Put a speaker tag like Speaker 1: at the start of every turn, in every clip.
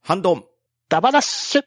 Speaker 1: ハンドン。
Speaker 2: ダバダッシュ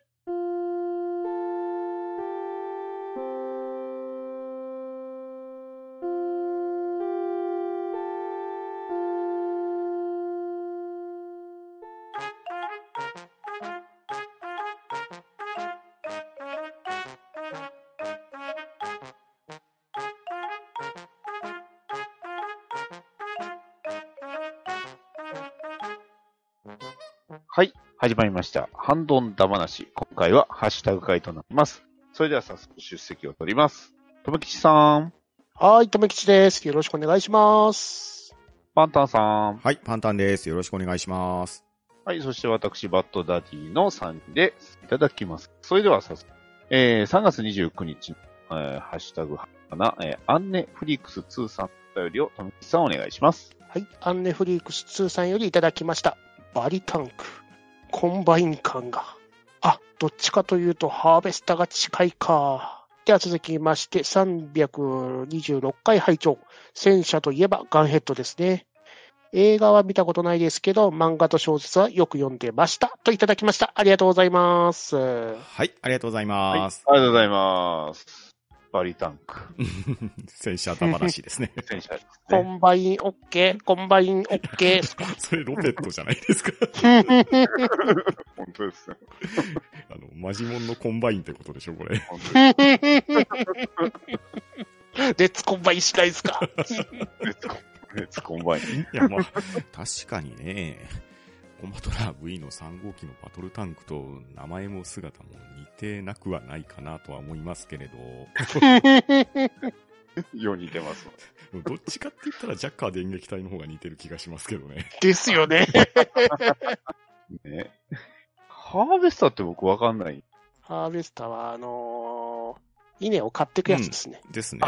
Speaker 3: はい、始まりました。ハンドンダマなし。今回はハッシュタグ会となります。それでは早速出席を取ります。とめきちさん、
Speaker 2: はい、とめきちです。よろしくお願いします。
Speaker 3: パンタンさん、
Speaker 1: はい、パンタンです。よろしくお願いします。
Speaker 3: はい、そして私、バッドダディの3人でいただきます。それでは早速、えー、3月29日、えー、ハッシュタグはな、えー、アンネフリックス2さんお便りをとめきちさんお願いします。
Speaker 2: はい、アンネフリークス2さんよりいただきました。バリタンク。コンバイン感が。あ、どっちかというとハーベスタが近いか。では続きまして、326回拝聴戦車といえばガンヘッドですね。映画は見たことないですけど、漫画と小説はよく読んでました。といただきました。ありがとうございます。
Speaker 1: はい、ありがとうござい
Speaker 3: はい、あ
Speaker 1: ま
Speaker 3: り
Speaker 1: す。
Speaker 3: がとうございます。バリタン ク。
Speaker 1: 戦車ダバらしいです ね。
Speaker 3: 戦車です
Speaker 2: コ
Speaker 3: ね。
Speaker 2: ンバインオッケー、コンバインオッケー。
Speaker 1: それロペットじゃないですか。
Speaker 3: 本当ですね。
Speaker 1: あの、マジモンのコンバインってことでしょ、これ。
Speaker 3: 本 当
Speaker 2: レッツコンバインしないです か
Speaker 3: です。熱コンバイン。
Speaker 1: いや、まあ、確かにね、コマトラ V の3号機のバトルタンクと名前も姿も似てなくはないかなとは思いますけれ
Speaker 3: ように似てます。
Speaker 1: ど、どっちかって言ったらジャッカー電撃隊の方が似てる気がしますけどね。
Speaker 2: ですよね。
Speaker 3: ね。ハーベスターって僕わかんない。
Speaker 2: ハーベスターは、あのー稲を買ってくやつですね。
Speaker 1: ですね。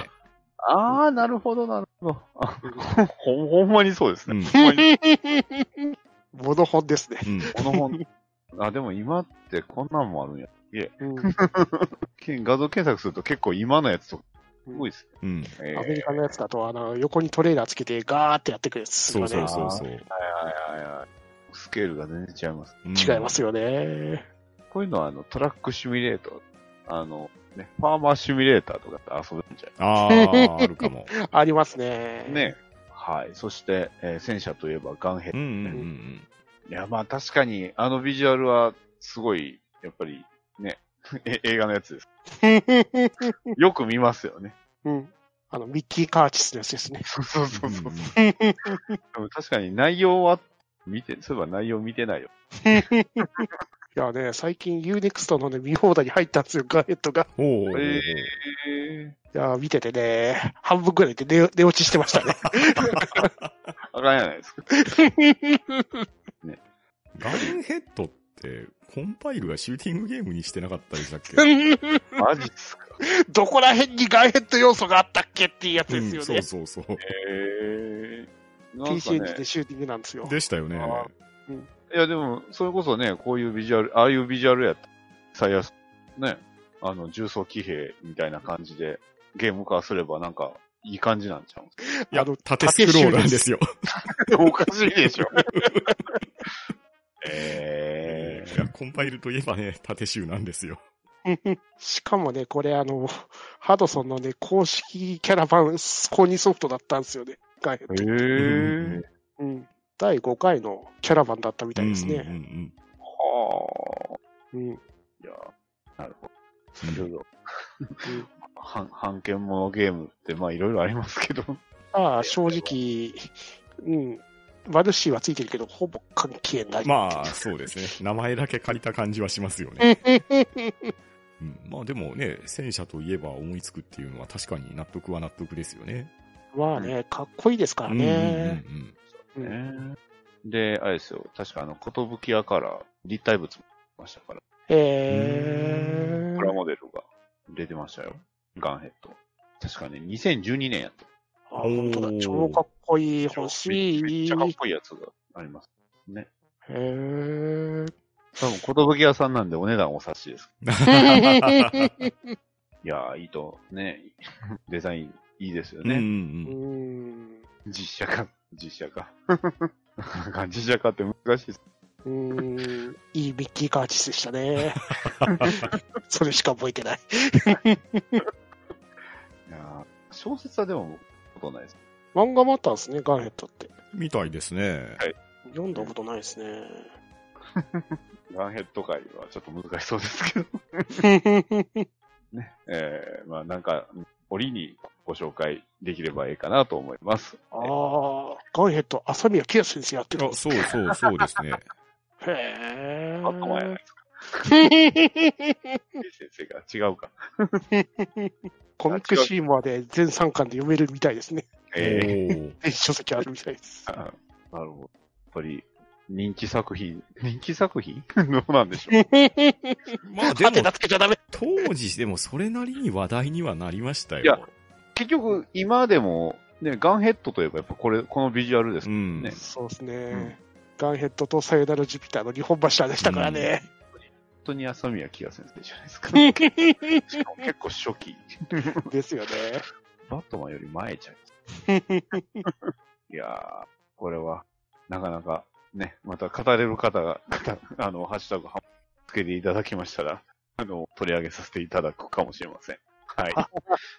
Speaker 3: ああ、なるほど、なるほど。あ ほんほんまにそうです
Speaker 1: う
Speaker 3: ね。
Speaker 1: ん。
Speaker 3: ほんまに。
Speaker 2: モノ本ですね。
Speaker 1: うん。
Speaker 3: この本。あ、でも今ってこんなんもあるんや。
Speaker 2: うん
Speaker 3: け画像検索すると結構今のやつとかすごいです
Speaker 1: うん。
Speaker 3: ね。
Speaker 2: アメリ
Speaker 3: え
Speaker 2: カのやつだと、あの、横にトレーラーつけてガーってやってくるやつです
Speaker 1: そ
Speaker 2: よ
Speaker 1: う
Speaker 2: ね。
Speaker 1: そうそうそう。
Speaker 3: ーはいはいはいはい。スケールが全然違います。
Speaker 1: うん
Speaker 2: 違いま。すよね。
Speaker 3: こういうのはあのトラックシミュレート、あの、ね、ファーマーシミュレーターとかって遊べるんじゃ
Speaker 1: ああ、あるかも。
Speaker 2: ありますね
Speaker 3: ない。ね。はい。そして、えー戦車といえばガンヘッ
Speaker 1: う
Speaker 3: ド。
Speaker 1: んうんうん
Speaker 3: いや、まあ確かにあのビジュアルはすごい、やっぱりね、 え映画のやつですよく見ますよね。
Speaker 2: うん。あの、ミッキー・カーチスのやつですね。
Speaker 3: そうそう
Speaker 1: うん。
Speaker 3: そうそう。
Speaker 1: ん
Speaker 3: で
Speaker 1: ん
Speaker 3: も確かに内容は、見て、そういえば内容見てないよ。
Speaker 2: いやね、最近 UNEXT のね、見放題に入ったんですよ、ガーヘッドが。
Speaker 1: おうおうおう
Speaker 3: ええ
Speaker 2: いや、見ててね、半分くらいで寝寝落ちしてましたね。
Speaker 3: あかんやな いですか。
Speaker 1: ガンヘッドって、コンパイルがシューティングゲームにしてなかったでしたっけ
Speaker 3: マジっすか。
Speaker 2: どこら辺にガーヘッド要素があったっけっていうや
Speaker 1: う
Speaker 2: つ で
Speaker 1: ん
Speaker 2: すよ
Speaker 1: そう
Speaker 2: ね。
Speaker 1: そうそう。
Speaker 3: ええ
Speaker 2: PC エンジン
Speaker 3: ね
Speaker 2: で、シューティングなんですよ。
Speaker 1: でしたよね。
Speaker 3: あいやでも、それこそね、こういうビジュアル、ああいうビジュアルやった。最安、ね、あの、重装騎兵みたいな感じで、ゲーム化すればなんか、いい感じなんちゃう
Speaker 1: いや
Speaker 2: あの、
Speaker 1: 縦スクロールなんですよ。
Speaker 3: おかしいでしょ。ええ
Speaker 1: いやコンパイルといえばね、縦集なんですよ。
Speaker 2: しかもね、これあの、ハドソンのね、公式キャラバン購入ソフトだったんですよね。ガーヘッド。
Speaker 1: うんうん
Speaker 3: ええ
Speaker 2: うん。第5回のキャラバンだったみたいです
Speaker 1: うんう
Speaker 2: ね。
Speaker 1: ん
Speaker 3: はあ。
Speaker 2: うん。
Speaker 3: いやーなるほ
Speaker 1: うん
Speaker 3: ど。いろいろ。半、半券もゲームって、まあいろいろありますけど。
Speaker 2: ああ、正直、うん。マルシーはついてるけど、ほぼ関係ない。
Speaker 1: まあ、そうですね。名前だけ借りた感じはしますよね。うんまあでもね、戦車といえば思いつくっていうのは確かに納得は納得ですよね。
Speaker 2: まあね、かっこいいですからね。
Speaker 1: うんうんうん
Speaker 2: うん
Speaker 3: で、あれですよ。確かあの、寿屋から立体物も出ましたから、
Speaker 2: え
Speaker 3: プラ
Speaker 2: ー。
Speaker 3: モデルが出てましたよ。ガンヘッド。確かね、2012年やった。
Speaker 2: あ、本当だ。超かっこいい。欲し
Speaker 3: めっ
Speaker 2: い
Speaker 3: ちゃ。かっこいいやつがあります。ね。
Speaker 2: へー。
Speaker 3: 多分、寿屋さんなんでお値段お察しです。
Speaker 1: うん
Speaker 3: いやー、いいと、 ね、デザインいいですよ
Speaker 1: うんう
Speaker 3: ね。
Speaker 2: うんん。
Speaker 3: 実写化、実写化。なんか実写化って難しいです。
Speaker 2: うーん、いいミッキーカーティスでした ね。それしか覚えてない。
Speaker 3: いやー小説はでも、ことないです。
Speaker 2: 漫画もあったんですね、ガンヘッドって。
Speaker 1: みたいですね。
Speaker 2: 読んだことないです ね。
Speaker 3: ガンヘッド界はちょっと難しそうですけど。 ね。えー、まあなんか、折にご紹介できればいいかなと思います。
Speaker 2: ああ、ガンヘッド、朝宮清先生やってるん
Speaker 1: あ、
Speaker 2: です。
Speaker 1: そうそうそうです ね。
Speaker 2: へえ。
Speaker 3: あっこ ないですか。先生が違うか。
Speaker 2: コミックシーマーで全3巻で読めるみたいですね。
Speaker 3: え
Speaker 1: おー
Speaker 2: 電子書籍あるみたいです。
Speaker 3: ー、あなるほど。やっぱり、人気作品、 人気作品どうなんでしょう。
Speaker 1: まあで
Speaker 2: はて
Speaker 1: も
Speaker 2: な、つけちゃダメ。
Speaker 1: 当時でもそれなりに話題にはなりましたよ。
Speaker 3: いや結局、今でも、ね、ガンヘッドといえばやっぱこれ、このビジュアルです
Speaker 1: う
Speaker 3: ね。
Speaker 1: ん。
Speaker 3: ね
Speaker 2: そうですね。
Speaker 3: ん
Speaker 2: ガンヘッドとサヨナラジュピターの日本柱でしたからね。
Speaker 3: 本当に浅宮清先生じゃないで すか。しかも結構初期。
Speaker 2: ですよね。
Speaker 3: バットマンより前じゃん。いやー、これは、なかなか、ね、また語れる方が、 方あの、ハッシュタグはつけていただきましたら、あの、取り上げさせていただくかもしれません。はい。よ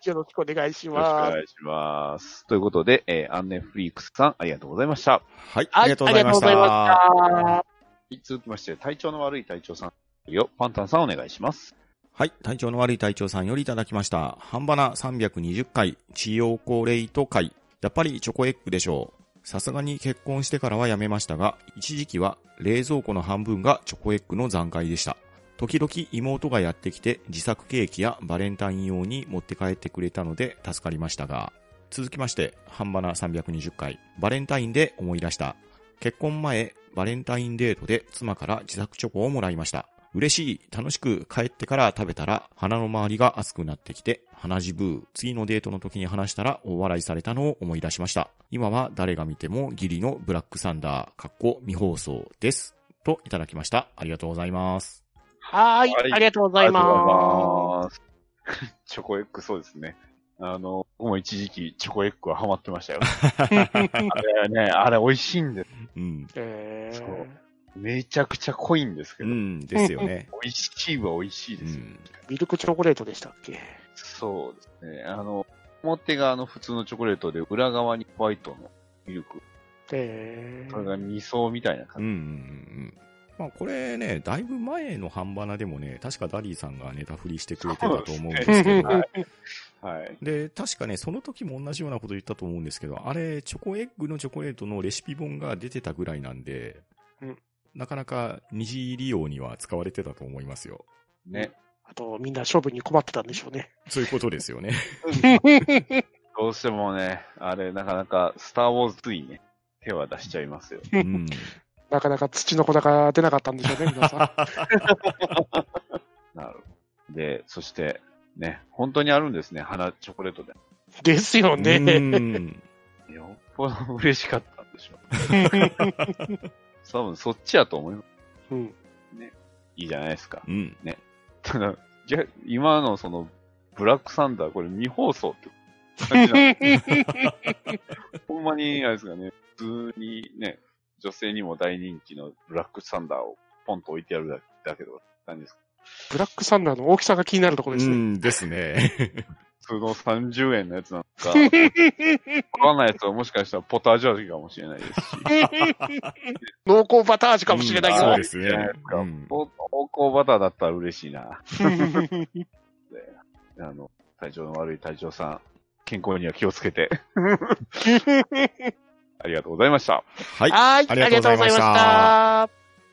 Speaker 2: よろしくお願いし
Speaker 3: ろしくお
Speaker 2: ます。
Speaker 3: 願いします。ということで、えーアンネフリークスさん、ありがとうございました。
Speaker 1: はい、
Speaker 2: はい
Speaker 1: ありがとうございました。
Speaker 2: ありがとうございました。
Speaker 3: 続きまして、体調の悪い体調さんよ、パンタンさんお願いします。
Speaker 1: はい。体調の悪い隊長さんよりいただきました。半ばな320回、治療コレイト会。やっぱりチョコエッグでしょう。さすがに結婚してからはやめましたが、一時期は冷蔵庫の半分がチョコエッグの残骸でした。時々妹がやってきて自作ケーキやバレンタイン用に持って帰ってくれたので助かりましたが、続きまして、半ばな320回、バレンタインで思い出した。結婚前、バレンタインデートで妻から自作チョコをもらいました。嬉しい、楽しく帰ってから食べたら鼻の周りが熱くなってきて、鼻血ブー。次のデートの時に話したら大笑いされたのを思い出しました。今は誰が見てもギリのブラックサンダー、かっこ未放送です。といただきました。ありがとうございます。
Speaker 2: はー
Speaker 3: はい
Speaker 2: い、ありがとうございま
Speaker 3: ありがとうございます。 チョコエッグ、そうですね。あの、僕も一時期チョコエッグはハマって ましたよ。あれね、あれ美味しいんです。
Speaker 1: うん。
Speaker 2: す。え
Speaker 3: そ
Speaker 2: ー
Speaker 3: う、めちゃくちゃ濃いんですけ
Speaker 1: う
Speaker 3: ど、
Speaker 1: ん、ですよね。
Speaker 3: 美味しいは美味しいうですよ、
Speaker 1: ん。
Speaker 2: ミルクチョコレートでしたっけ
Speaker 3: そうですね。あの、表があの普通のチョコレートで、裏側にホワイトのミルク。
Speaker 2: え
Speaker 3: これが味噌みたいな
Speaker 1: うん、うん、う
Speaker 3: 感じ。
Speaker 1: ん。まあこれね、だいぶ前の半ばなでもね、確かダディさんがネタ振りしてくれてたと思うんですけど、
Speaker 3: はいはい。
Speaker 1: で、確かね、その時も同じようなこと言ったと思うんですけど、あれ、チョコエッグのチョコレートのレシピ本が出てたぐらいなんで、
Speaker 2: うん
Speaker 1: なかなか二次利用には使われてたと思いますよ。
Speaker 3: ね。
Speaker 2: あと、みんな処分に困ってたんでしょう ね。
Speaker 1: そういうことですよ ね。
Speaker 3: どうしてもね、あれ、なかなか、スター・ウォーズついね、手は出しちゃいますよ。
Speaker 1: うん。
Speaker 2: なかなか土の粉が出なかったんでしょうね、皆さ
Speaker 3: なるほど。で、そして、ね、本当にあるんですね、花チョコレートで。
Speaker 2: ん。ですよ
Speaker 1: う
Speaker 2: ね。
Speaker 1: ん
Speaker 3: よっぽど嬉しかったんでしょう。多分そっちやと思います。
Speaker 2: うん
Speaker 3: いいじゃないですか。
Speaker 1: うん。
Speaker 3: ただ、じゃ、今のその、ブラックサンダー、これ未放送って感 じなんでほんまに、あれですかね、普通にね、女性にも大人気のブラックサンダーをポンと置いてあるだだけど、なんですか
Speaker 2: ブラックサンダーの大きさが気になるところ
Speaker 1: う
Speaker 2: ですね。
Speaker 1: んですね。
Speaker 3: 普通の30円のやつなんか、わかんないやつはもしかしたらポタージュ味かもしれないですし。
Speaker 2: 濃厚バター味かもしれない
Speaker 1: うんそう
Speaker 2: よ
Speaker 1: で。すね
Speaker 3: じゃないですか
Speaker 1: うん
Speaker 3: 濃厚バターだったら嬉しいな。 あの、体調の悪い体調さん、健康には気をつけて。 ありがとうございました。
Speaker 1: はい。
Speaker 2: はい、あ
Speaker 1: あ
Speaker 2: り
Speaker 1: り
Speaker 2: が
Speaker 1: が
Speaker 2: と
Speaker 1: と
Speaker 2: う
Speaker 1: うござ
Speaker 2: ござい
Speaker 1: い
Speaker 2: ま
Speaker 1: ま
Speaker 2: し
Speaker 1: した
Speaker 2: た。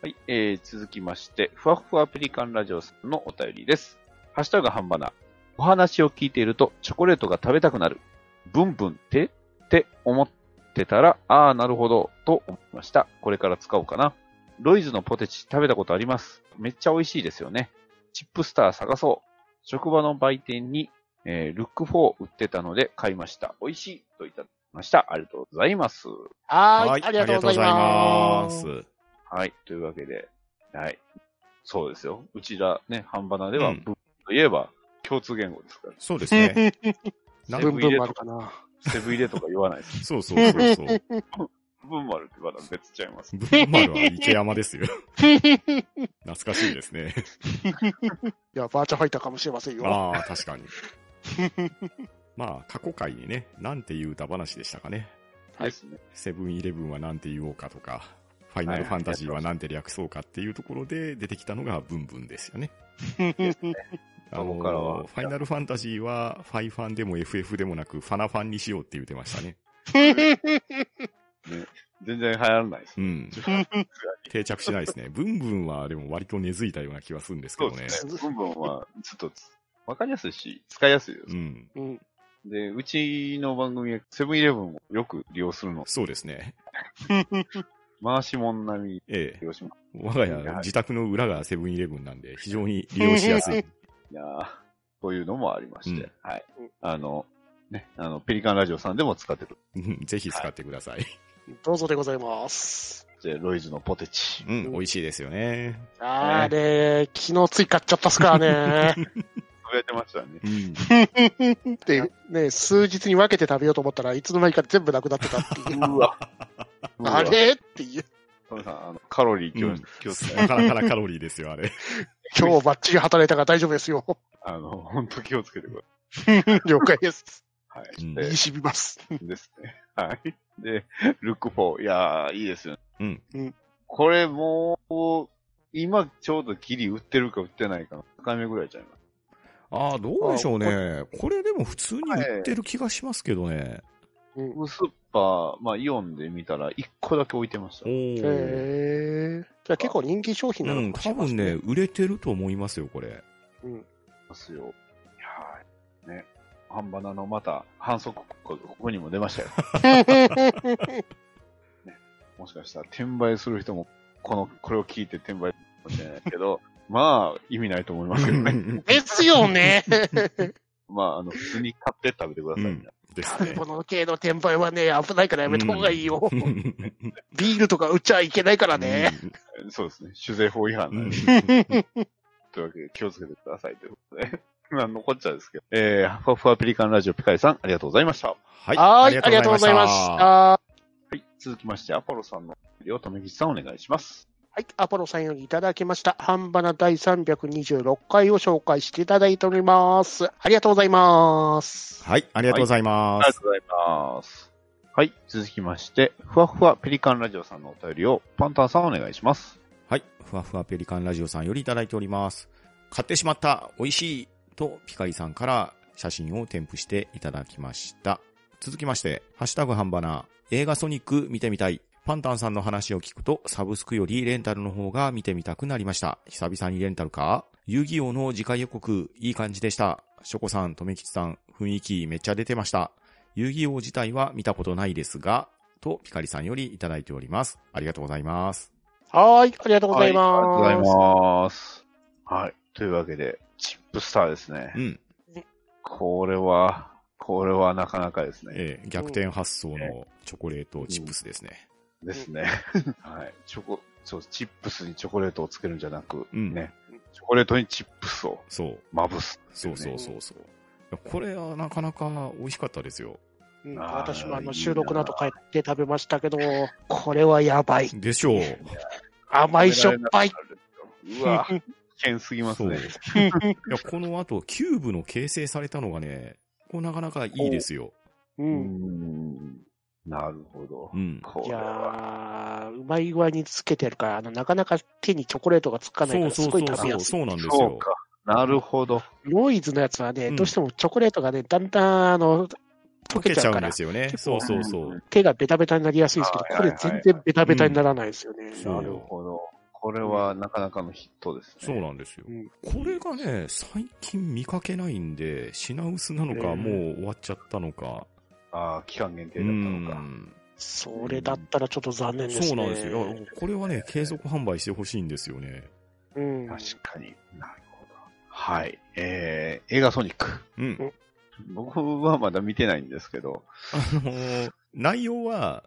Speaker 3: はい、えー、続きまして、ふわふわペリカンラジオさんのお便りです。ハッシュタグ半ばな。お話を聞いていると、チョコレートが食べたくなる。ブンブンってって思ってたら、ああ、なるほど、と思いました。これから使おうかな。ロイズのポテチ食べたことあります。めっちゃ美味しいですよね。チップスター探そう。職場の売店に、えー、ルック4売ってたので買いました。美味しいといただきました。ありがとうございます。
Speaker 2: はい、ありがとうござい
Speaker 1: ありがとうご
Speaker 2: ます。
Speaker 1: ざいます。
Speaker 3: はい。というわけで、はい。そうですよ。うちらね、半ばなでは、
Speaker 1: うん
Speaker 3: ブンといえば、共通言語ですから。
Speaker 1: そうですね。
Speaker 3: セ
Speaker 2: ブン
Speaker 3: ブン
Speaker 2: ブ
Speaker 3: 入
Speaker 2: ン
Speaker 3: れ
Speaker 2: もある
Speaker 3: とか、
Speaker 2: かな。
Speaker 3: セブン入れとか言わないです。
Speaker 1: そうそうそうそう。
Speaker 3: 文丸ってまだ別ちゃいます。
Speaker 1: 文丸は池山ですよ。懐かしいですね。
Speaker 2: いや、バーチャファイターかもしれませんよ。
Speaker 1: ああ、確かに。 まあ、過去回にね、なんていう歌話でしたかね。
Speaker 2: はい
Speaker 3: ですね。
Speaker 1: セブンイレブンはなんて言おうかとか、ファイナルファンタジーはなんて略そうかっていうところで出てきたのがブンブンですよね。あ
Speaker 3: そこから
Speaker 1: の、フ
Speaker 3: は
Speaker 1: ァイナルファンタジーはファイファンでも FF でもなくファナファンにしようって言ってましたね。
Speaker 3: 全然流行らないです
Speaker 1: う。ん。定着しないです ね。ブンブンはでも割と根付いたような気はするんですけ
Speaker 3: そう
Speaker 1: どね
Speaker 3: で。すね。文文は、ちょっと、わかりやすいし、使いやすいです
Speaker 1: う。ん。
Speaker 2: うん。
Speaker 3: で、うちの番組はセブンイレブンをよく利用するの。
Speaker 1: そうですね。
Speaker 3: 回しもん並み
Speaker 1: ええ。
Speaker 3: 利用します。
Speaker 1: 我が家、自宅の裏がセブンイレブンなんで、非常に利用しやす い。
Speaker 3: いやーそういうのもありまして、
Speaker 1: うん
Speaker 3: はい
Speaker 2: うん。
Speaker 3: あの、ね、あの、ペリカンラジオさんでも使ってる。
Speaker 1: うんぜひ使ってください。
Speaker 2: どうぞでございます。
Speaker 3: で、ロイズのポテチ。
Speaker 1: うん、美味しいですよね。
Speaker 2: あれ、昨日つい買っちゃったっすから ね。
Speaker 3: 食べてましたね。
Speaker 1: うん。
Speaker 2: で、ね、数日に分けて食べようと思ったらいつの間にか全部なくなってたっていう。
Speaker 3: うわ。
Speaker 2: あれっていう。
Speaker 3: トムさん、あの、カロリー気を,、
Speaker 1: うん
Speaker 3: 気をつけて、
Speaker 1: なかなかなカロリーですよ、あれ。
Speaker 2: 今日バッチリ働いたから大丈夫です よ。
Speaker 3: あの、本当気をつけてくだ
Speaker 2: 了解です。
Speaker 3: さい。はい。
Speaker 1: うん
Speaker 2: 身に染みます。
Speaker 3: ですね。はい。で、ルック4。いやー、いいですよね。
Speaker 1: うん
Speaker 2: うん
Speaker 3: これもう、今ちょうどギリ売ってるか売ってないかの境目ぐらいちゃいます。
Speaker 1: ああ、どうでしょうね。これでも普通に売ってる気がしますけどね。
Speaker 2: うん
Speaker 3: スーパー、まあイオンで見たら1個だけ置いてました。
Speaker 1: お
Speaker 2: へ
Speaker 1: ー
Speaker 2: え。じゃあ結構人気商品な
Speaker 1: う
Speaker 2: の
Speaker 1: ん、
Speaker 2: かもしれ
Speaker 1: 多
Speaker 2: ませ
Speaker 1: 分
Speaker 2: ん
Speaker 1: ね、。売れてると思いますよ、これ。
Speaker 2: うん。
Speaker 3: ますよ。いやー、ね。半バナのまた反則ここここにも出ましたよ。もしかしたら転売する人も、この、これを聞いて転売かもしれないですけ ど、まあ、意味ないと思いますけど ね。
Speaker 2: ですよね。
Speaker 3: まあ、あの、普通に買って食べてください、ね
Speaker 1: です
Speaker 2: 食べ
Speaker 1: ね。
Speaker 2: 物系の転売はね、危ないからやめた方がいいよ。
Speaker 1: うん
Speaker 2: ビールとか売っちゃいけないから ね。。
Speaker 3: そうですね。酒税法違反
Speaker 1: う
Speaker 3: なん
Speaker 1: ん
Speaker 3: で、というわけで気をつけてくださいということ で。なんのこっちゃですけど。えー、ふわふわペリカンラジオピカイさん、ありがとうございました。は
Speaker 1: はい、
Speaker 2: はーい、ありがとうございました。。
Speaker 3: い。続きまして、アポロさんの料、とめぎさんお願いします。
Speaker 2: はい、アポロさんよりいただきました。半ばな第326回を紹介していただいております。ありがとうございます。
Speaker 1: はい、ありがとうございま
Speaker 3: ありが
Speaker 1: す
Speaker 3: と。うございます。はい。続きまして、ふわふわペリカンラジオさんのお便りを、パンタンさんお願いします。
Speaker 1: はい、ふわふわペリカンラジオさんよりいただいております。買ってしまった、美味しいとピカリさんから写真を添付していただきました。続きまして、ハッシュタグハンバナー、映画ソニック見てみたい。パンタンさんの話を聞くと、サブスクよりレンタルの方が見てみたくなりました。久々にレンタルか遊戯王の次回予告、いい感じでした。ショコさん、とめきちさん、雰囲気めっちゃ出てました。遊戯王自体は見たことないですが、とピカリさんよりいただいております。ありがとうございます。
Speaker 2: はーい、ありがとうござい
Speaker 3: はありがと
Speaker 2: ま
Speaker 3: う
Speaker 2: す。
Speaker 3: ございます。はい。というわけで、チップスターですね
Speaker 1: う。ん。
Speaker 3: これは、これはなかなかですね。
Speaker 1: ええ、逆転発想のチョコレートチップスですね。
Speaker 3: ですね。 はい。チョコ、そう、チップスにチョコレートをつけるんじゃなく、
Speaker 1: うん
Speaker 3: ね。チョコレートにチップスを
Speaker 1: そう。
Speaker 3: まぶす。
Speaker 1: そうそうそうそう。いやこれはなかなか美味しかったですよ。
Speaker 2: うん
Speaker 3: あー
Speaker 2: 私もあ
Speaker 3: いいな
Speaker 2: の収録の後帰って食べましたけど、これはやばい。
Speaker 1: でしょう。
Speaker 2: 甘いしょっぱい。
Speaker 3: うわ、危険すぎます
Speaker 1: そう。い
Speaker 3: ね。
Speaker 1: や、この後、キューブの形成されたのがね、こうなかなかいいですよ。
Speaker 2: う。
Speaker 3: うんん。なるほど
Speaker 1: う。ん。
Speaker 3: こ
Speaker 2: い
Speaker 3: れ
Speaker 2: や
Speaker 3: は、
Speaker 2: ー、うまい具合につけてるから、あの、なかなか手にチョコレートがつかな
Speaker 1: そ
Speaker 2: いから、
Speaker 1: うそ
Speaker 2: す
Speaker 1: う
Speaker 2: ごい
Speaker 1: そう
Speaker 2: 食べ
Speaker 1: そ
Speaker 2: や
Speaker 1: う。
Speaker 2: すい。
Speaker 1: そうなんです
Speaker 3: そう
Speaker 1: よ。
Speaker 3: か。なるほど。
Speaker 2: ロイズのやつはね、
Speaker 1: うん
Speaker 2: どうしてもチョコレートがね、だんだん、あの、溶
Speaker 1: 溶
Speaker 2: け
Speaker 1: け
Speaker 2: ち
Speaker 1: ちゃ
Speaker 2: ゃう
Speaker 1: う
Speaker 2: か
Speaker 1: んで
Speaker 2: ら、
Speaker 1: すよね。そうそうそう。
Speaker 2: 手がベタベタになりやすいですけど、
Speaker 3: はい
Speaker 2: こ
Speaker 3: は
Speaker 2: れ
Speaker 3: いはい
Speaker 2: 全然ベタベタにならないですよね。
Speaker 1: そ
Speaker 3: な
Speaker 1: う
Speaker 3: るほど。これはなかなかのヒットですね。
Speaker 1: そうなんですよ
Speaker 2: う。ん
Speaker 1: これがね、最近見かけないんで、品薄なの
Speaker 3: え
Speaker 1: か、
Speaker 3: え
Speaker 1: もう終わっちゃったのか。
Speaker 3: ああ、期間限定
Speaker 1: う
Speaker 3: だったのか。
Speaker 1: ん。
Speaker 2: それだったらちょっと残念ですね。
Speaker 1: そうなんですよ。いやこれはね、継続販売してほしいんですよね。
Speaker 2: うん。
Speaker 3: 確かになるほど。はい。えー、映画ソニック。
Speaker 1: うん。
Speaker 3: 僕はまだ見てないんですけど、
Speaker 1: あのー内容は、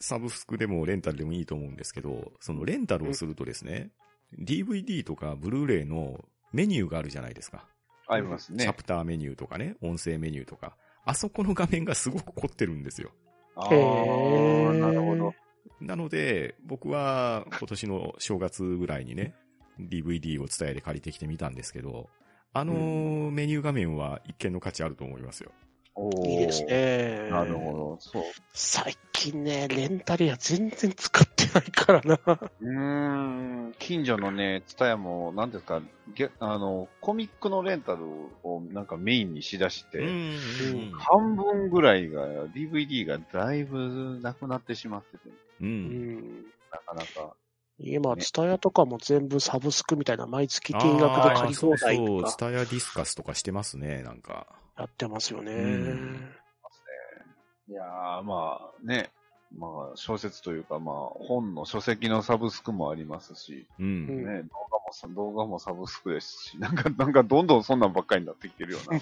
Speaker 1: サブスクでもレンタルでもいいと思うんですけど、そのレンタルをするとですね、DVD とかブルーレイのメニューがあるじゃないですか。
Speaker 3: あります
Speaker 1: チャ
Speaker 3: ね。
Speaker 1: プターメニューとかね、音声メニューとか。あそこの画面がすごく凝ってるんですよ。
Speaker 3: ああ
Speaker 2: へー
Speaker 3: ー、なるほど。
Speaker 1: なので、僕は今年の正月ぐらいにね、DVD を伝えで借りてきてみたんですけど、あのメニュー画面は一見の価値あると思いますよ。
Speaker 3: おー
Speaker 2: いいです。ね。
Speaker 3: なるほど。そう。
Speaker 2: 最近ね、レンタル屋全然使ってないからな。
Speaker 3: うーん、近所のね、ツタヤも、なんていうか、げあの、コミックのレンタルをなんかメインにしだして、
Speaker 1: うん
Speaker 3: 半分ぐらいが、DVD がだいぶなくなってしまってて、
Speaker 1: うん。う。
Speaker 2: うんん、
Speaker 3: なかなか。
Speaker 2: 今、
Speaker 3: ね
Speaker 2: ツタヤとかも全部サブスクみたいな、毎月定額で
Speaker 1: あ
Speaker 2: 借
Speaker 1: あ、
Speaker 2: り
Speaker 1: そ
Speaker 2: 放
Speaker 1: う
Speaker 2: 題
Speaker 1: そ
Speaker 2: と
Speaker 1: う、
Speaker 2: か
Speaker 1: スタヤディスカスとかしてますね、なんか。
Speaker 2: やってますよね。
Speaker 1: うん
Speaker 3: いやー、まあね、まあ小説というか、まあ本の書籍のサブスクもありますし、
Speaker 1: う。
Speaker 2: うん
Speaker 3: ね、動画もさ、動画もサブスクですし、 なんか、なんかどんどんそんなんばっかりになってきてるような。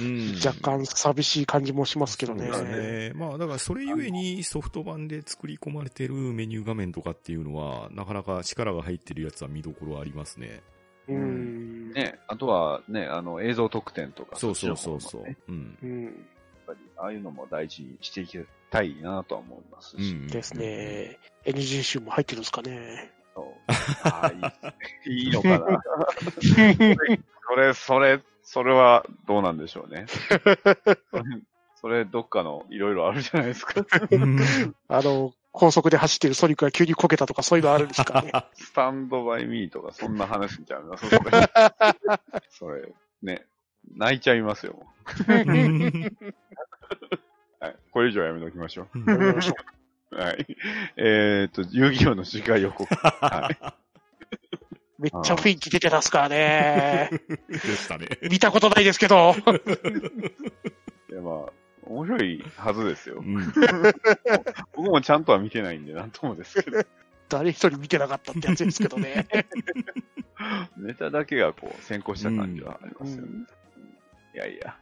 Speaker 1: うん
Speaker 2: 若干寂しい感じもしますけどね。
Speaker 1: そうですね。まあ、だからそれゆえにソフト版で作り込まれてるメニュー画面とかっていうのは、なかなか力が入ってるやつは見どころありますね。
Speaker 2: うん。
Speaker 3: ね、あとはね、あの映像特典とか、
Speaker 1: そうそうそう
Speaker 3: そ
Speaker 1: そ
Speaker 3: っちの方も
Speaker 1: う
Speaker 3: ね。
Speaker 1: うん。
Speaker 2: うん。
Speaker 3: やっぱり、ああいうのも大事にしていきたいなとは思います
Speaker 1: う
Speaker 3: し。
Speaker 1: ん
Speaker 2: です。ね。NG 集も入ってるんです かね。
Speaker 3: そうああいいっすねいいのかな。それ、それ、それはどうなんでしょ うね。それ、それどっかのいろいろあるじゃないですか。
Speaker 1: うん
Speaker 2: あの、高速で走ってるソニックが急にこけたとか、そういうのあるんですかね。
Speaker 3: スタンドバイミーとか、そんな話じゃ なさそうだけどそれ、ね、泣いちゃいますよ。はい、これ以上やめときましょ
Speaker 1: うん
Speaker 2: やめましょ
Speaker 3: う。はい。えーっと、遊戯王の次回予告。はい。
Speaker 2: うめっちゃ雰囲気出てますからね。
Speaker 1: でしたね。
Speaker 2: 見たことないですけど。
Speaker 3: でまあ、面白いはずですよ
Speaker 1: う。ん
Speaker 3: 僕もちゃんとは見てないんで、なんともです けど、
Speaker 2: 誰一人見てなかったってやつですけどね。
Speaker 3: ネタだけがこう、先行した感じはありますよね。
Speaker 2: うん
Speaker 3: いやいや。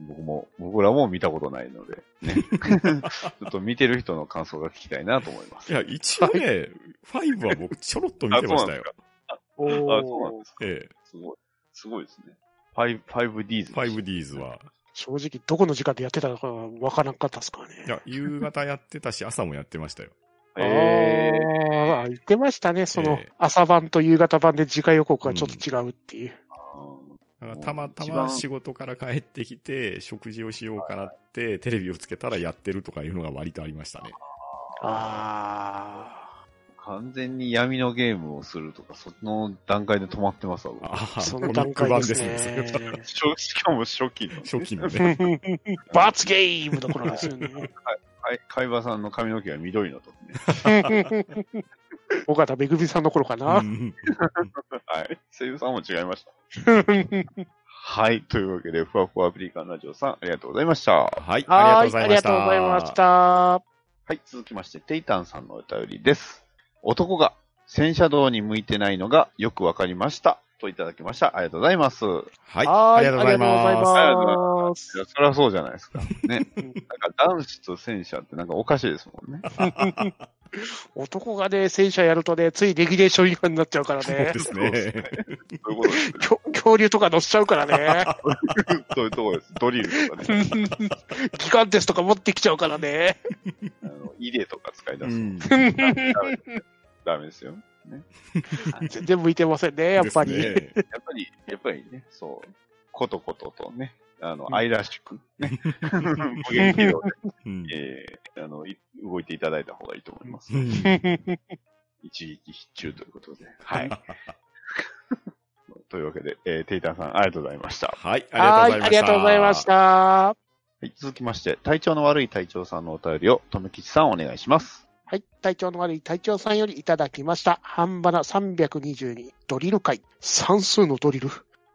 Speaker 3: 僕も、僕らも見たことないので、 ね。ちょっと見てる人の感想が聞きたいなと思います。
Speaker 1: いや、一応ね、ファイブは僕ちょろっと見てましたよ。
Speaker 2: お
Speaker 3: あ、そうなん
Speaker 2: ー
Speaker 3: ですか。
Speaker 1: ええ、
Speaker 3: すごい。すごいですね。5 5Ds です。
Speaker 1: 5Ds は。
Speaker 2: 正直、どこの時間でやってたのかわからんかったですからね
Speaker 1: い。や、夕方やってたし、朝もやってましたよ。
Speaker 3: えー
Speaker 2: ああ、言ってましたね。その
Speaker 1: ええ
Speaker 2: 朝晩と夕方版で次回予告がちょっと違うっていう。
Speaker 1: だからたまたま仕事から帰ってきて、食事をしようかなって、テレビをつけたらやってるとかいうのが割とありましたね。
Speaker 2: あ
Speaker 3: 完全に闇のゲームをするとか、その段階で止まってますわ、僕
Speaker 1: あ
Speaker 2: あ、
Speaker 1: あ、
Speaker 2: その段階です
Speaker 1: コミック版ですね
Speaker 2: ね。
Speaker 3: しょしかも初期の、ね。
Speaker 1: 初期の ね。
Speaker 2: 罰ゲームの頃ですよね。
Speaker 3: はい、海馬さんの髪の毛が緑のと、ね。
Speaker 2: 尾形めぐみさんの頃か
Speaker 1: う
Speaker 2: な。
Speaker 1: ん
Speaker 3: はい。声優さんも違いました。はい。というわけで、ふわふわアプリカンラジオさん、ありがとうございました。は
Speaker 1: はい、あ
Speaker 2: は
Speaker 1: りがとうご
Speaker 2: い、
Speaker 1: ざ
Speaker 2: あ
Speaker 1: いま
Speaker 2: りが
Speaker 1: した。
Speaker 2: とうございまし。た。
Speaker 3: い。続きまして、テイタンさんのお便りです。男が戦車道に向いてないのがよくわかりました。といただきました。ありがとうございます。
Speaker 1: はい、
Speaker 2: は
Speaker 1: ありがとうございます。
Speaker 2: ありが
Speaker 3: あり
Speaker 2: と
Speaker 3: が
Speaker 2: う
Speaker 3: と
Speaker 2: ご
Speaker 3: う
Speaker 2: ざいま
Speaker 3: い
Speaker 2: す
Speaker 3: や、。そりゃそうじゃない ですか。ね。
Speaker 2: う
Speaker 3: なんんか男子と戦車ってなんかおかしいですもんね。
Speaker 2: 男がね、戦車やるとね、ついレギュレーション違反になっちゃうから
Speaker 1: そう
Speaker 2: ね
Speaker 1: で。す
Speaker 3: そうで
Speaker 1: ね。
Speaker 3: そういうことです。
Speaker 2: きょ恐竜とか乗っちゃうから ね。
Speaker 3: そういうところです。ドリルとか ね。
Speaker 2: ギガンテスとか持ってきちゃうからね。
Speaker 3: あの、イデとか使い出
Speaker 1: う
Speaker 3: す。
Speaker 1: ん
Speaker 3: ダメダメダメですよ。
Speaker 2: 全然向いてませんね、やっぱり。
Speaker 1: ですね
Speaker 3: やっぱり、やっぱりね、そう、ことこととね、あの、愛らしく、ね、無限軌道
Speaker 1: うん
Speaker 3: で、えーあの、い動いていただいた方がいいと思います。
Speaker 1: うん
Speaker 3: 一撃必中ということで。はい。 というわけで、えー、テイタンさん、ありがとうございました。
Speaker 1: はい、
Speaker 2: はい、ありがとうございまし。た。
Speaker 3: はい、続きまして、体調の悪い隊長さんのお便りを、とめきちさんお願いします。
Speaker 2: はい。隊長の悪い隊長さんよりいただきました。半ばな322ドリル会。算数のドリル。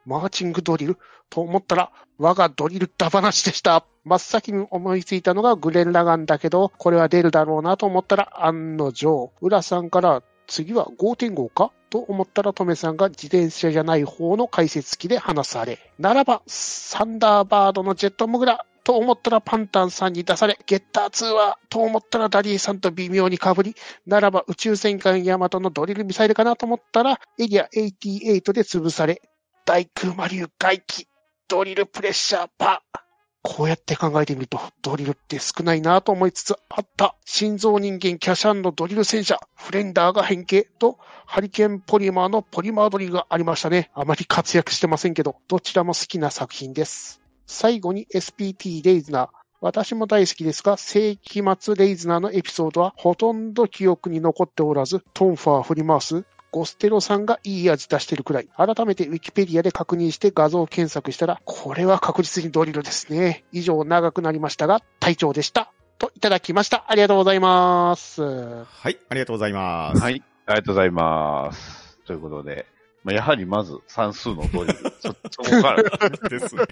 Speaker 2: マーチングドリルと思ったら、我がドリルだ話でした。真っ先に思いついたのがグレン・ラガンだけど、これは出るだろうなと思ったら、案の定、浦さんから、次は5.5かと思ったら、トメさんが自転車じゃない方の解説機で話され、ならば、サンダーバードのジェットモグラと思ったらパンタンさんに出され、ゲッター2は、と思ったらダディさんと微妙に被り、ならば宇宙戦艦ヤマトのドリルミサイルかなと思ったら、エリア88で潰され、大空魔竜外機、ドリルプレッシャーパー。こうやって考えてみると、ドリルって少ないなと思いつつあった。心臓人間キャシャンのドリル戦車、フレンダーが変形と、ハリケーンポリマーのポリマードリルがありましたね。あまり活躍してませんけど、どちらも好きな作品です。最後に SPT レイズナー。私も大好きですが、世紀末レイズナーのエピソードはほとんど記憶に残っておらず、トンファー振り回す、ゴステロさんがいい味出してるくらい。改めてウィキペディアで確認して画像検索したら、これは確実にドリルですね。以上長くなりましたが、隊長でした。といただきました。ありがとうございます。は
Speaker 1: はい、ありがとうございます。
Speaker 3: はい。ありがとうございます。ということで、まあ、やはりまず算数のド リル。ちょっとわからない。
Speaker 1: ですね。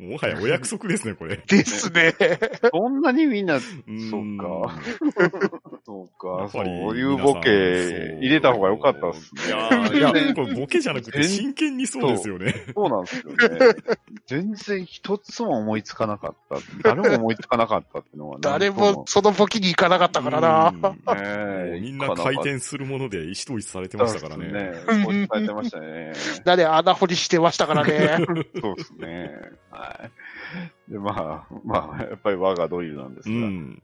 Speaker 1: もはやお約束ですね、これ。
Speaker 2: ですね。
Speaker 3: そんなにみんな、
Speaker 1: ん
Speaker 3: そうか。そう
Speaker 1: や
Speaker 3: か、
Speaker 1: っ
Speaker 3: そ
Speaker 1: ぱ
Speaker 3: う
Speaker 1: り
Speaker 3: いうボケ入れた方が良かったっすね。
Speaker 1: いやーい
Speaker 3: 全
Speaker 1: や、
Speaker 3: 然
Speaker 1: これボケじゃなくて真剣にそうですよね。
Speaker 3: そうなんですよね。全然一つも思いつかなかった。誰も思いつかなかったっていうのは、
Speaker 2: 誰もそのボケに行かなかったからな。
Speaker 1: うん
Speaker 3: ねえ
Speaker 1: もうみんな回転するもので一統一されてましたからね。。
Speaker 3: そうですね。されてましたね。
Speaker 2: 誰穴掘りしてましたから ね。
Speaker 3: そうですね。はい。で、まあ、まあ、やっぱり我がドリルなんです
Speaker 1: う
Speaker 3: が、
Speaker 1: ん。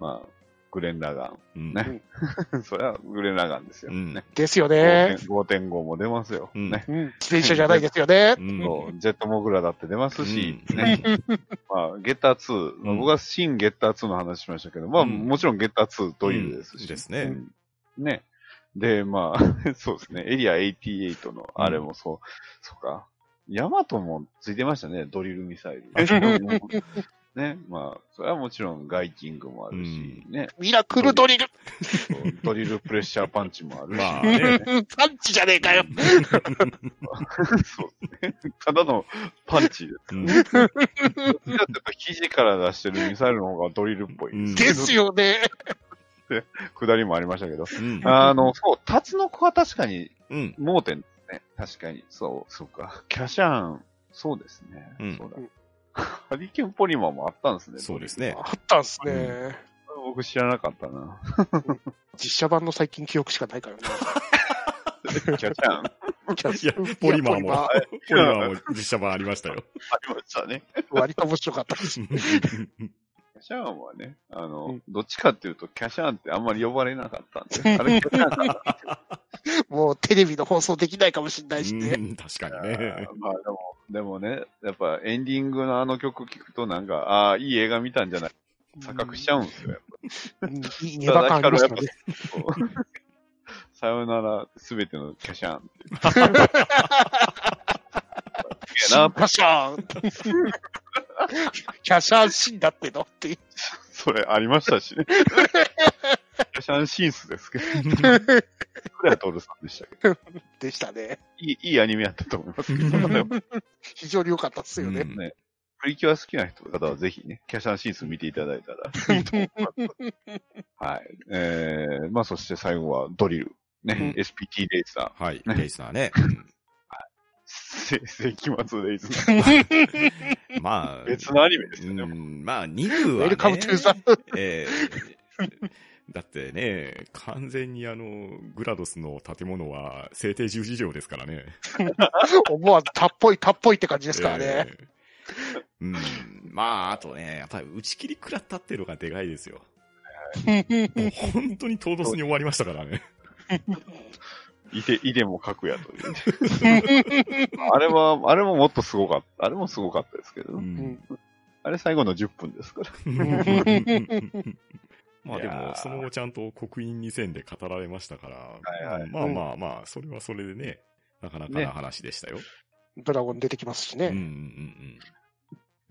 Speaker 3: まあ、グレンダガ
Speaker 1: うん
Speaker 3: ね ン。それはグレンダガンですよ。
Speaker 1: うん
Speaker 3: ね
Speaker 2: ですよね。
Speaker 3: 5.5も出ますよ。
Speaker 1: うん
Speaker 3: ね。
Speaker 2: うん、自転車じゃないですよね
Speaker 1: う。ん
Speaker 3: そうジェットモグラだって出ますし、
Speaker 1: うん
Speaker 3: ね。まあ、ゲッター2、まあ
Speaker 1: うん
Speaker 3: 僕は新ゲッター2の話しましたけど、まあ、
Speaker 1: うん
Speaker 3: もちろんゲッター2ドリルですし。
Speaker 1: うんですね
Speaker 3: うんね。で、まあ、 そうですね。エリア88のあれもそう、そうか。ヤマトもついてましたね、ドリルミサ イル。ね、まあ、それはもちろんガイキングもあるし、ね、
Speaker 2: ミラクルドリル。
Speaker 3: そうドリルプレッシャーパンチもあるし。
Speaker 1: まあ
Speaker 2: う
Speaker 1: ね
Speaker 2: んパンチじゃねえかよ。
Speaker 3: そうですね。ただのパンチです。
Speaker 1: うん
Speaker 3: だってやっぱ肘から出してるミサイルの方がドリルっぽい。
Speaker 1: うん
Speaker 2: ですよね。
Speaker 3: 下りもありましたけど。
Speaker 1: うん
Speaker 3: あの、そう、タツノコは確かに
Speaker 1: うん。
Speaker 3: 盲点ですね。確かに。そう、そうか。キャシャン、そうですね。
Speaker 1: うん
Speaker 3: そうだ
Speaker 2: うん。
Speaker 3: ハリケーンポリマーもあったんですね。
Speaker 1: そうですね。
Speaker 2: あったんすね。
Speaker 3: 僕知らなかったな。
Speaker 2: 実写版の最近記憶しかないからね。
Speaker 3: キャシャン。
Speaker 1: い
Speaker 3: あ
Speaker 1: や、ポリマーも、ポリ
Speaker 3: ポリマー
Speaker 1: マーも実写版ありました よ。
Speaker 3: りましたね。
Speaker 2: 割と面白かったです。
Speaker 3: キャシャンはね、あの、
Speaker 2: うん
Speaker 3: どっちかっていうと、キャシャンってあんまり呼ばれなかったんで。あれ、キャシャンだった
Speaker 2: もうテレビの放送できないかもしれないし
Speaker 1: う
Speaker 2: ね。
Speaker 1: ん確かにね。
Speaker 3: まあでも、でもね、やっぱエンディングのあの曲聞くとなんか、ああ、いい映画見たんじゃない錯覚しちゃうんですよ。
Speaker 2: うんいいネタ感ありますよね。
Speaker 3: さよなら、すべてのキャシャンって。す
Speaker 2: キ
Speaker 3: げえな、
Speaker 2: ャシャン。キャシャンシーンだってのっていう。
Speaker 3: それありま したしね。キャシャンシンスですけど、クレアトールさんでしたけど、
Speaker 2: でしたね。
Speaker 3: いい、いいアニメやったと思いますけど、 でも
Speaker 2: 非常に良かったですよね。
Speaker 1: うん
Speaker 3: ね、プリキュア好きな人方はぜひね、キャシャンシンス 見ていただいたらいいと思います。はい。えー、まあそして最後はドリル。ね、SPT レイザー。
Speaker 1: はい、
Speaker 3: ね
Speaker 1: レイスナーね。
Speaker 3: せ世紀末レイズの
Speaker 1: うんまあ、
Speaker 3: 別のアニメです
Speaker 1: う
Speaker 3: よね。
Speaker 1: ん、まあ、2部
Speaker 2: ウ
Speaker 1: は
Speaker 2: ェ
Speaker 1: ね
Speaker 2: ルカムトゥーザ。
Speaker 1: えーだってね、完全にあの、グラドスの建物は制定十字条ですからね。
Speaker 2: 思わずたっぽいたっぽいって感じで
Speaker 1: です
Speaker 2: からね。
Speaker 1: うん。まあ、あとね、やっぱり打ち切り食らったっていうのがでかいですよ。もう本当に唐突に終わりましたからね。
Speaker 3: いて、いでもかくやという。あれは、あれももっとすごかった。あれもすごかったですけど、
Speaker 1: うん
Speaker 3: あれ最後の10分ですから。
Speaker 1: まあ
Speaker 3: い
Speaker 1: で
Speaker 3: やー
Speaker 1: も、その後ちゃんと刻印2000で語られましたから、
Speaker 3: はいはい
Speaker 1: まあまあまあ、それはそれでね、なかなか
Speaker 3: ね
Speaker 1: な話でしたよ。
Speaker 2: ドラゴン出てきますしね。
Speaker 1: うんうんうん
Speaker 3: い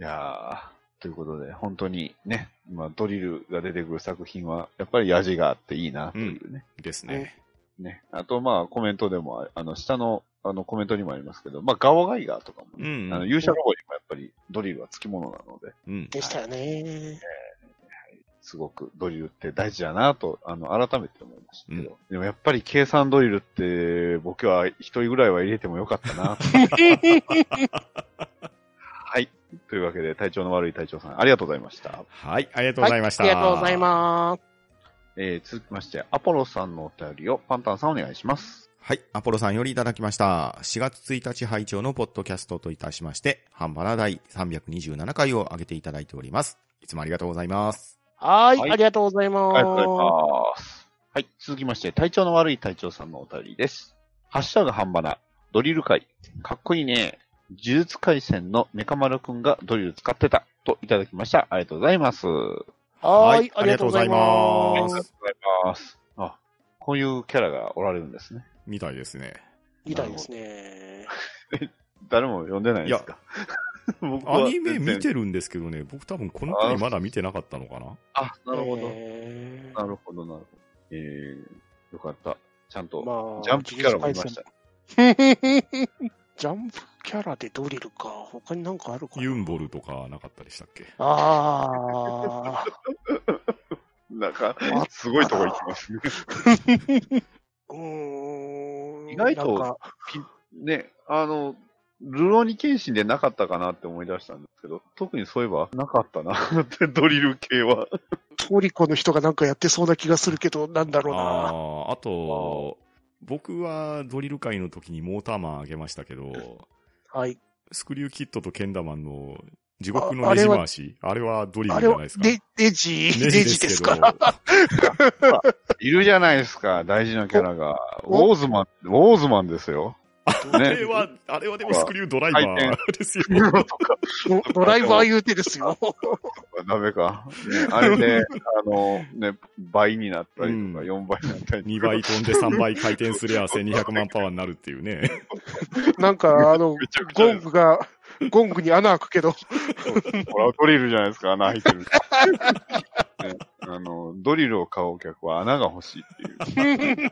Speaker 3: やー、ということで、本当にね、今ドリルが出てくる作品は、やっぱり味があっていいなというね。
Speaker 1: うん。ですね。
Speaker 3: ね。あと、まあ、コメントでもあ、あの、下の、あの、コメントにもありますけど、まあ、ガオガイガーとかも
Speaker 1: う
Speaker 3: ね、
Speaker 1: ん。
Speaker 3: あの勇者ロボにもやっぱりドリルは付き物なので、
Speaker 1: うん。
Speaker 2: でしたよね。
Speaker 3: すごくドリルって大事だなと、あの、改めて思いましたけど。でもやっぱり計算ドリルって、僕は一人ぐらいは入れてもよかったなと。はい。というわけで、体調の悪い隊長さん、ありがとうございました。
Speaker 1: はい、ありがとうございました。
Speaker 2: はいありがとうございます。
Speaker 3: えー、続きまして、アポロさんのお便りをパンタンさんお願いします。
Speaker 1: はい。アポロさんよりいただきました。4月1日拝聴のポッドキャストといたしまして、ハンバラ第327回を上げていただいております。いつもありがとうございます。
Speaker 2: はー、
Speaker 3: はいい
Speaker 2: ありがとうございます。
Speaker 3: ありがとうございます。はい。続きまして、体調の悪い隊長さんのお便りです。ハッシュタグ半ばな、ドリル界。かっこいいね。呪術回戦のメカ丸くんがドリル使ってた。といただきました。ありがとうございます。
Speaker 2: はー
Speaker 1: はい
Speaker 2: い、ありがとうござい
Speaker 3: ありが
Speaker 2: ま
Speaker 3: とうご
Speaker 2: す。
Speaker 3: ざいます。あ、こういうキャラがおられるんですね。
Speaker 1: みたいですね。
Speaker 2: みたいですね。
Speaker 3: 誰も呼んでないですか 僕は
Speaker 1: アニメ
Speaker 3: 全然
Speaker 1: 見てるんですけどね、僕多分この回まだ見てなかったのかな
Speaker 3: あ、なるほど。
Speaker 2: え
Speaker 3: なるほど、なるほど。えー、よかった。ちゃんと、
Speaker 2: まあ、
Speaker 3: ジャンプキャラもいました。
Speaker 2: ジャンプキャラでドリルか。他になんかあるかな
Speaker 1: ユンボルとかなかったでしたっけ
Speaker 2: ああ。
Speaker 3: なんか
Speaker 2: あ、
Speaker 3: すごいとこ行きますね。
Speaker 2: うーん。
Speaker 3: 意外と
Speaker 2: なんか
Speaker 3: ね、あの、ルローニケンシンでなかったかなって思い出したんですけど、特にそういえばなかったなって、ドリル系は。
Speaker 2: トリコの人がなんかやってそうな気がするけど、なんだろうな。
Speaker 1: ああー、あと、僕はドリル界の時にモーターマンあげましたけど、
Speaker 2: はい。
Speaker 1: スクリューキットとケンダマンの地獄のネジ回し、あれはドリル
Speaker 2: あ
Speaker 1: じ
Speaker 2: れ
Speaker 1: ゃない
Speaker 2: は
Speaker 1: です、か。
Speaker 2: レレジ、レジです
Speaker 1: けど
Speaker 2: か。
Speaker 3: いるじゃないですか、大事なキャラが。ウォーズマン、ウォーズマンですよ。
Speaker 1: あ
Speaker 3: ね
Speaker 1: れは、あれはでもスクリュードライバーですよ。
Speaker 2: ドドライバー言うてですよ。
Speaker 3: ダメか。ねあれで、あの、ね、倍になったりとか、
Speaker 1: うん
Speaker 3: 4倍になったりとか。
Speaker 1: 2倍飛んで3倍回転すりゃ1200万パワーになるっていうね。
Speaker 2: なんか、あの、
Speaker 3: めちゃくちゃ
Speaker 2: ゴングが、ゴングに穴開くけど、
Speaker 3: ほら、ドリルじゃないですか、穴開い てる。ねあの、ドリルを買うお客は穴が欲しいっていう。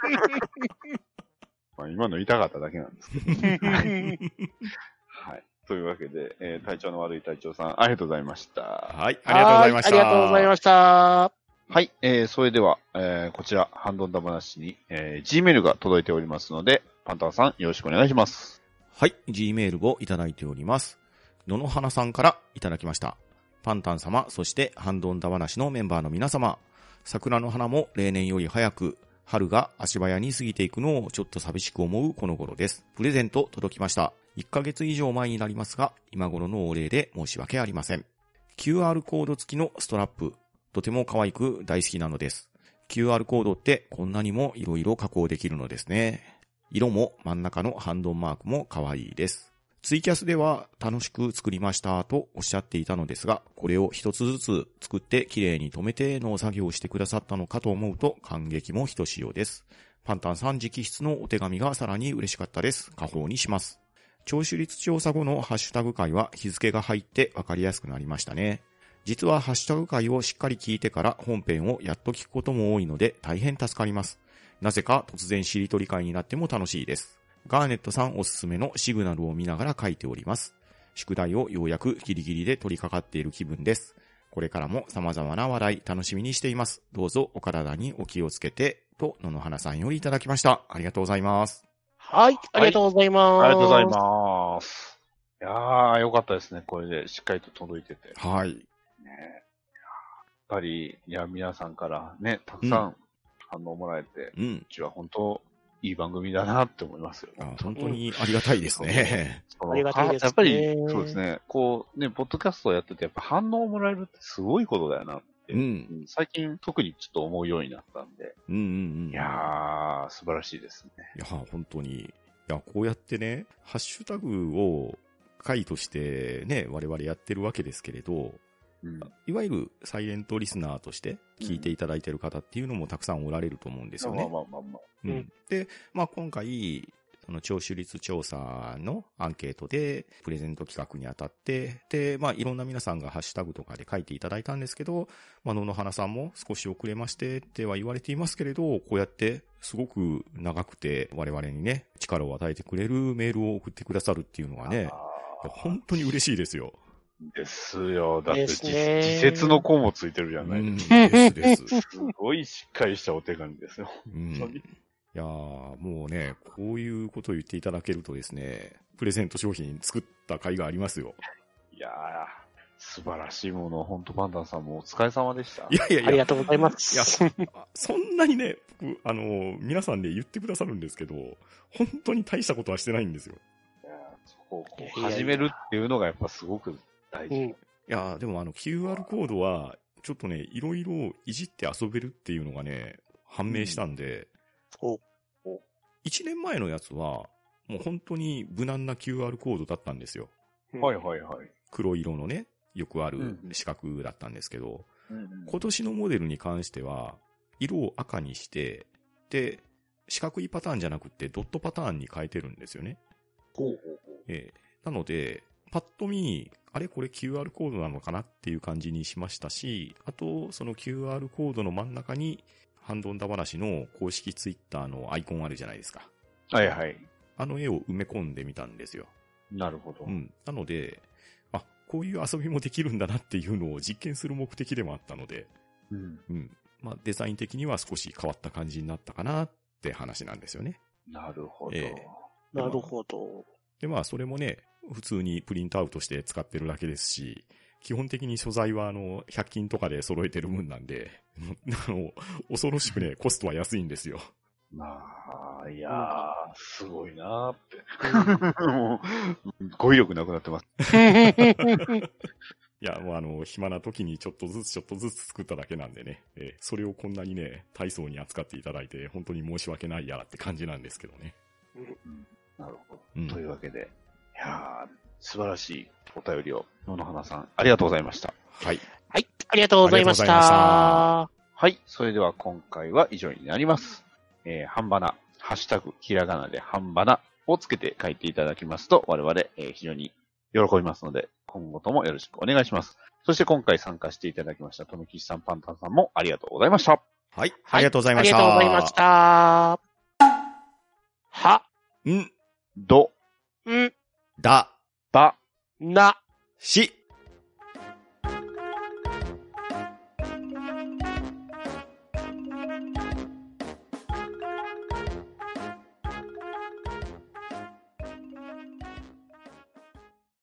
Speaker 3: まあ、今の痛かっただけなんですけど。はい。というわけで、えー体調の悪い隊長さん、ありがとうございました。
Speaker 1: はい、ありがとうございました。
Speaker 2: はありがとうございました。
Speaker 3: はい。えーそれでは、えーこちら、ハンドンダ話に、えー Gmail が届いておりますので、パンタンさん、よろしくお願いします。
Speaker 1: はい、Gmail をいただいております。野々花さんからいただきました。パンタン様、そしてハンドンダ話のメンバーの皆様、桜の花も例年より早く、春が足早に過ぎていくのをちょっと寂しく思うこの頃です。プレゼント届きました。1ヶ月以上前になりますが、今頃のお礼で申し訳ありません。QR コード付きのストラップ、とても可愛く大好きなのです。QR コードってこんなにも色々加工できるのですね。色も真ん中のハンドンマークも可愛いです。ツイキャスでは楽しく作りましたとおっしゃっていたのですが、これを一つずつ作って綺麗に止めての作業をしてくださったのかと思うと感激もひとしおです。パンタンさん直筆のお手紙がさらに嬉しかったです。下方にします。聴取率調査後のハッシュタグ会は日付が入ってわかりやすくなりましたね。実はハッシュタグ会をしっかり聞いてから本編をやっと聞くことも多いので大変助かります。なぜか突然しりとり会になっても楽しいです。ガーネットさんおすすめのシグナルを見ながら書いております。宿題をようやくギリギリで取り掛かっている気分です。これからも様々な話題楽しみにしています。どうぞお体にお気をつけて、と野々花さんよりいただきました。ありがとうございます。
Speaker 2: はい、ありがとうございます。
Speaker 3: ありがとうございます。いやー、よかったですね。これでしっかりと届いてて。
Speaker 1: はい。
Speaker 3: ね、やっぱり、いや、皆さんからね、たくさん反応もらえて、う
Speaker 1: うん。
Speaker 3: ちは本当、いい番組だなって思いますよ。
Speaker 1: あ本当にありがたいですね。
Speaker 3: その
Speaker 2: ありがたいですね
Speaker 3: やっぱり、そうですね、こう、ね、ポッドキャストをやってて、やっぱ反応をもらえるってすごいことだよな。
Speaker 1: う。
Speaker 3: うんん最近、特にちょっと思うようになったんで、
Speaker 1: うんうんうん。
Speaker 3: いやー、素晴らしいですね。
Speaker 1: いや、本当に。いや、こうやってね、ハッシュタグを回としてね、我々やってるわけですけれど、
Speaker 3: うん、
Speaker 1: いわゆるサイレントリスナーとして聞いていただいてる方っていうのもたくさんおられると思うんですよ
Speaker 3: まあ
Speaker 1: ね。
Speaker 3: まあまあまあ。
Speaker 2: まあ
Speaker 1: うんで、まあ今回、その聴取率調査のアンケートで、プレゼント企画にあたって、で、まあいろんな皆さんがハッシュタグとかで書いていただいたんですけど、まあ野々花さんも少し遅れましてっては言われていますけれど、こうやってすごく長くて我々にね、力を与えてくれるメールを送ってくださるっていうのはね、いや
Speaker 3: あー
Speaker 1: 本当に嬉しいですよ。
Speaker 3: ですよ。だって、
Speaker 2: です
Speaker 3: じ
Speaker 2: ね
Speaker 3: 自説の項もついてるじゃ
Speaker 1: う
Speaker 3: ない。
Speaker 1: ん、ですです。
Speaker 3: すごいしっかりしたお手紙ですよ。
Speaker 1: うん
Speaker 3: 本当に
Speaker 1: いやーもうね、こういうことを言っていただけるとですね、プレゼント商品作った甲斐がありますよ。
Speaker 3: いや素晴らしいもの、本当パンダンさんもお疲れ様でした。
Speaker 1: いやいやい
Speaker 2: あ
Speaker 1: や
Speaker 2: り、がとうございます。
Speaker 1: そんなにね、僕、あのー、皆さんで言ってくださるんですけど、本当に大したことはしてないんですよ。
Speaker 3: いやそこをこう
Speaker 2: いやいやいや
Speaker 3: 始めるっていうのがやっぱすごく大
Speaker 2: う
Speaker 3: 事。
Speaker 2: ん。
Speaker 1: いやーでもあの、QR コードは、ちょっとね、いろいろいじって遊べるっていうのがね、判明したんで、
Speaker 2: お
Speaker 1: 1年前のやつは、もう本当に無難な QR コードだったんですよ。
Speaker 3: はいはいはい。
Speaker 1: 黒色のね、よくある
Speaker 3: うん
Speaker 1: 四角だったんですけど、今年のモデルに関しては、色を赤にして、で、四角いパターンじゃなくてドットパターンに変えてるんですよね。
Speaker 3: ほう
Speaker 1: ええなので、パッと見、あれこれ QR コードなのかなっていう感じにしましたし、あと、その QR コードの真ん中に、ハンドンダ話の公式ツイッターのアイコンあるじゃないですか。
Speaker 3: はいはい。
Speaker 1: あの絵を埋め込んでみたんですよ。
Speaker 3: なるほど。
Speaker 1: うん。なので、あ、こういう遊びもできるんだなっていうのを実験する目的でもあったので、
Speaker 3: うん
Speaker 1: うん。まあ、デザイン的には少し変わった感じになったかなって話なんですよね。
Speaker 3: なるほ
Speaker 1: ええ
Speaker 3: ど。
Speaker 2: なるほ ど。
Speaker 1: で、まあ、それもね、普通にプリントアウトして使ってるだけですし、基本的に素材は、あの、100均とかで揃えてる分なんで、 あの、恐ろしくね、コストは安いんですよ。
Speaker 3: まあ、いやー、すごいなーって。もう、 語彙力なくなってます。
Speaker 1: いや、もうあの、暇な時にちょっとずつちょっとずつ作っただけなんでね、えーそれをこんなにね、体操に扱っていただいて、本当に申し訳ないやらって感じなんですけどね。
Speaker 3: なるほ
Speaker 1: う
Speaker 3: ど。とい
Speaker 1: ん。
Speaker 3: うわけで、いやー、素晴らしいお便りを、野々花さん、ありがとうございました。
Speaker 1: はい。
Speaker 2: はい、ありがとうございまし
Speaker 1: あ
Speaker 2: た。
Speaker 3: はい。それでは今回は以上になります。えー、半ばな、ハッシュタグ、ひらがなで半ばなをつけて書いていただきますと、我々、えー非常に喜びますので、今後ともよろしくお願いします。そして今回参加していただきました、とめきしさん、パンタンさんもありがとうございました。
Speaker 1: はい。ありがとうござい
Speaker 2: あ
Speaker 1: ま
Speaker 2: り
Speaker 1: した。
Speaker 2: がとうございました。は、
Speaker 1: ん、
Speaker 3: ど、
Speaker 2: ん、
Speaker 1: だ、
Speaker 3: ば、
Speaker 2: な、
Speaker 1: し、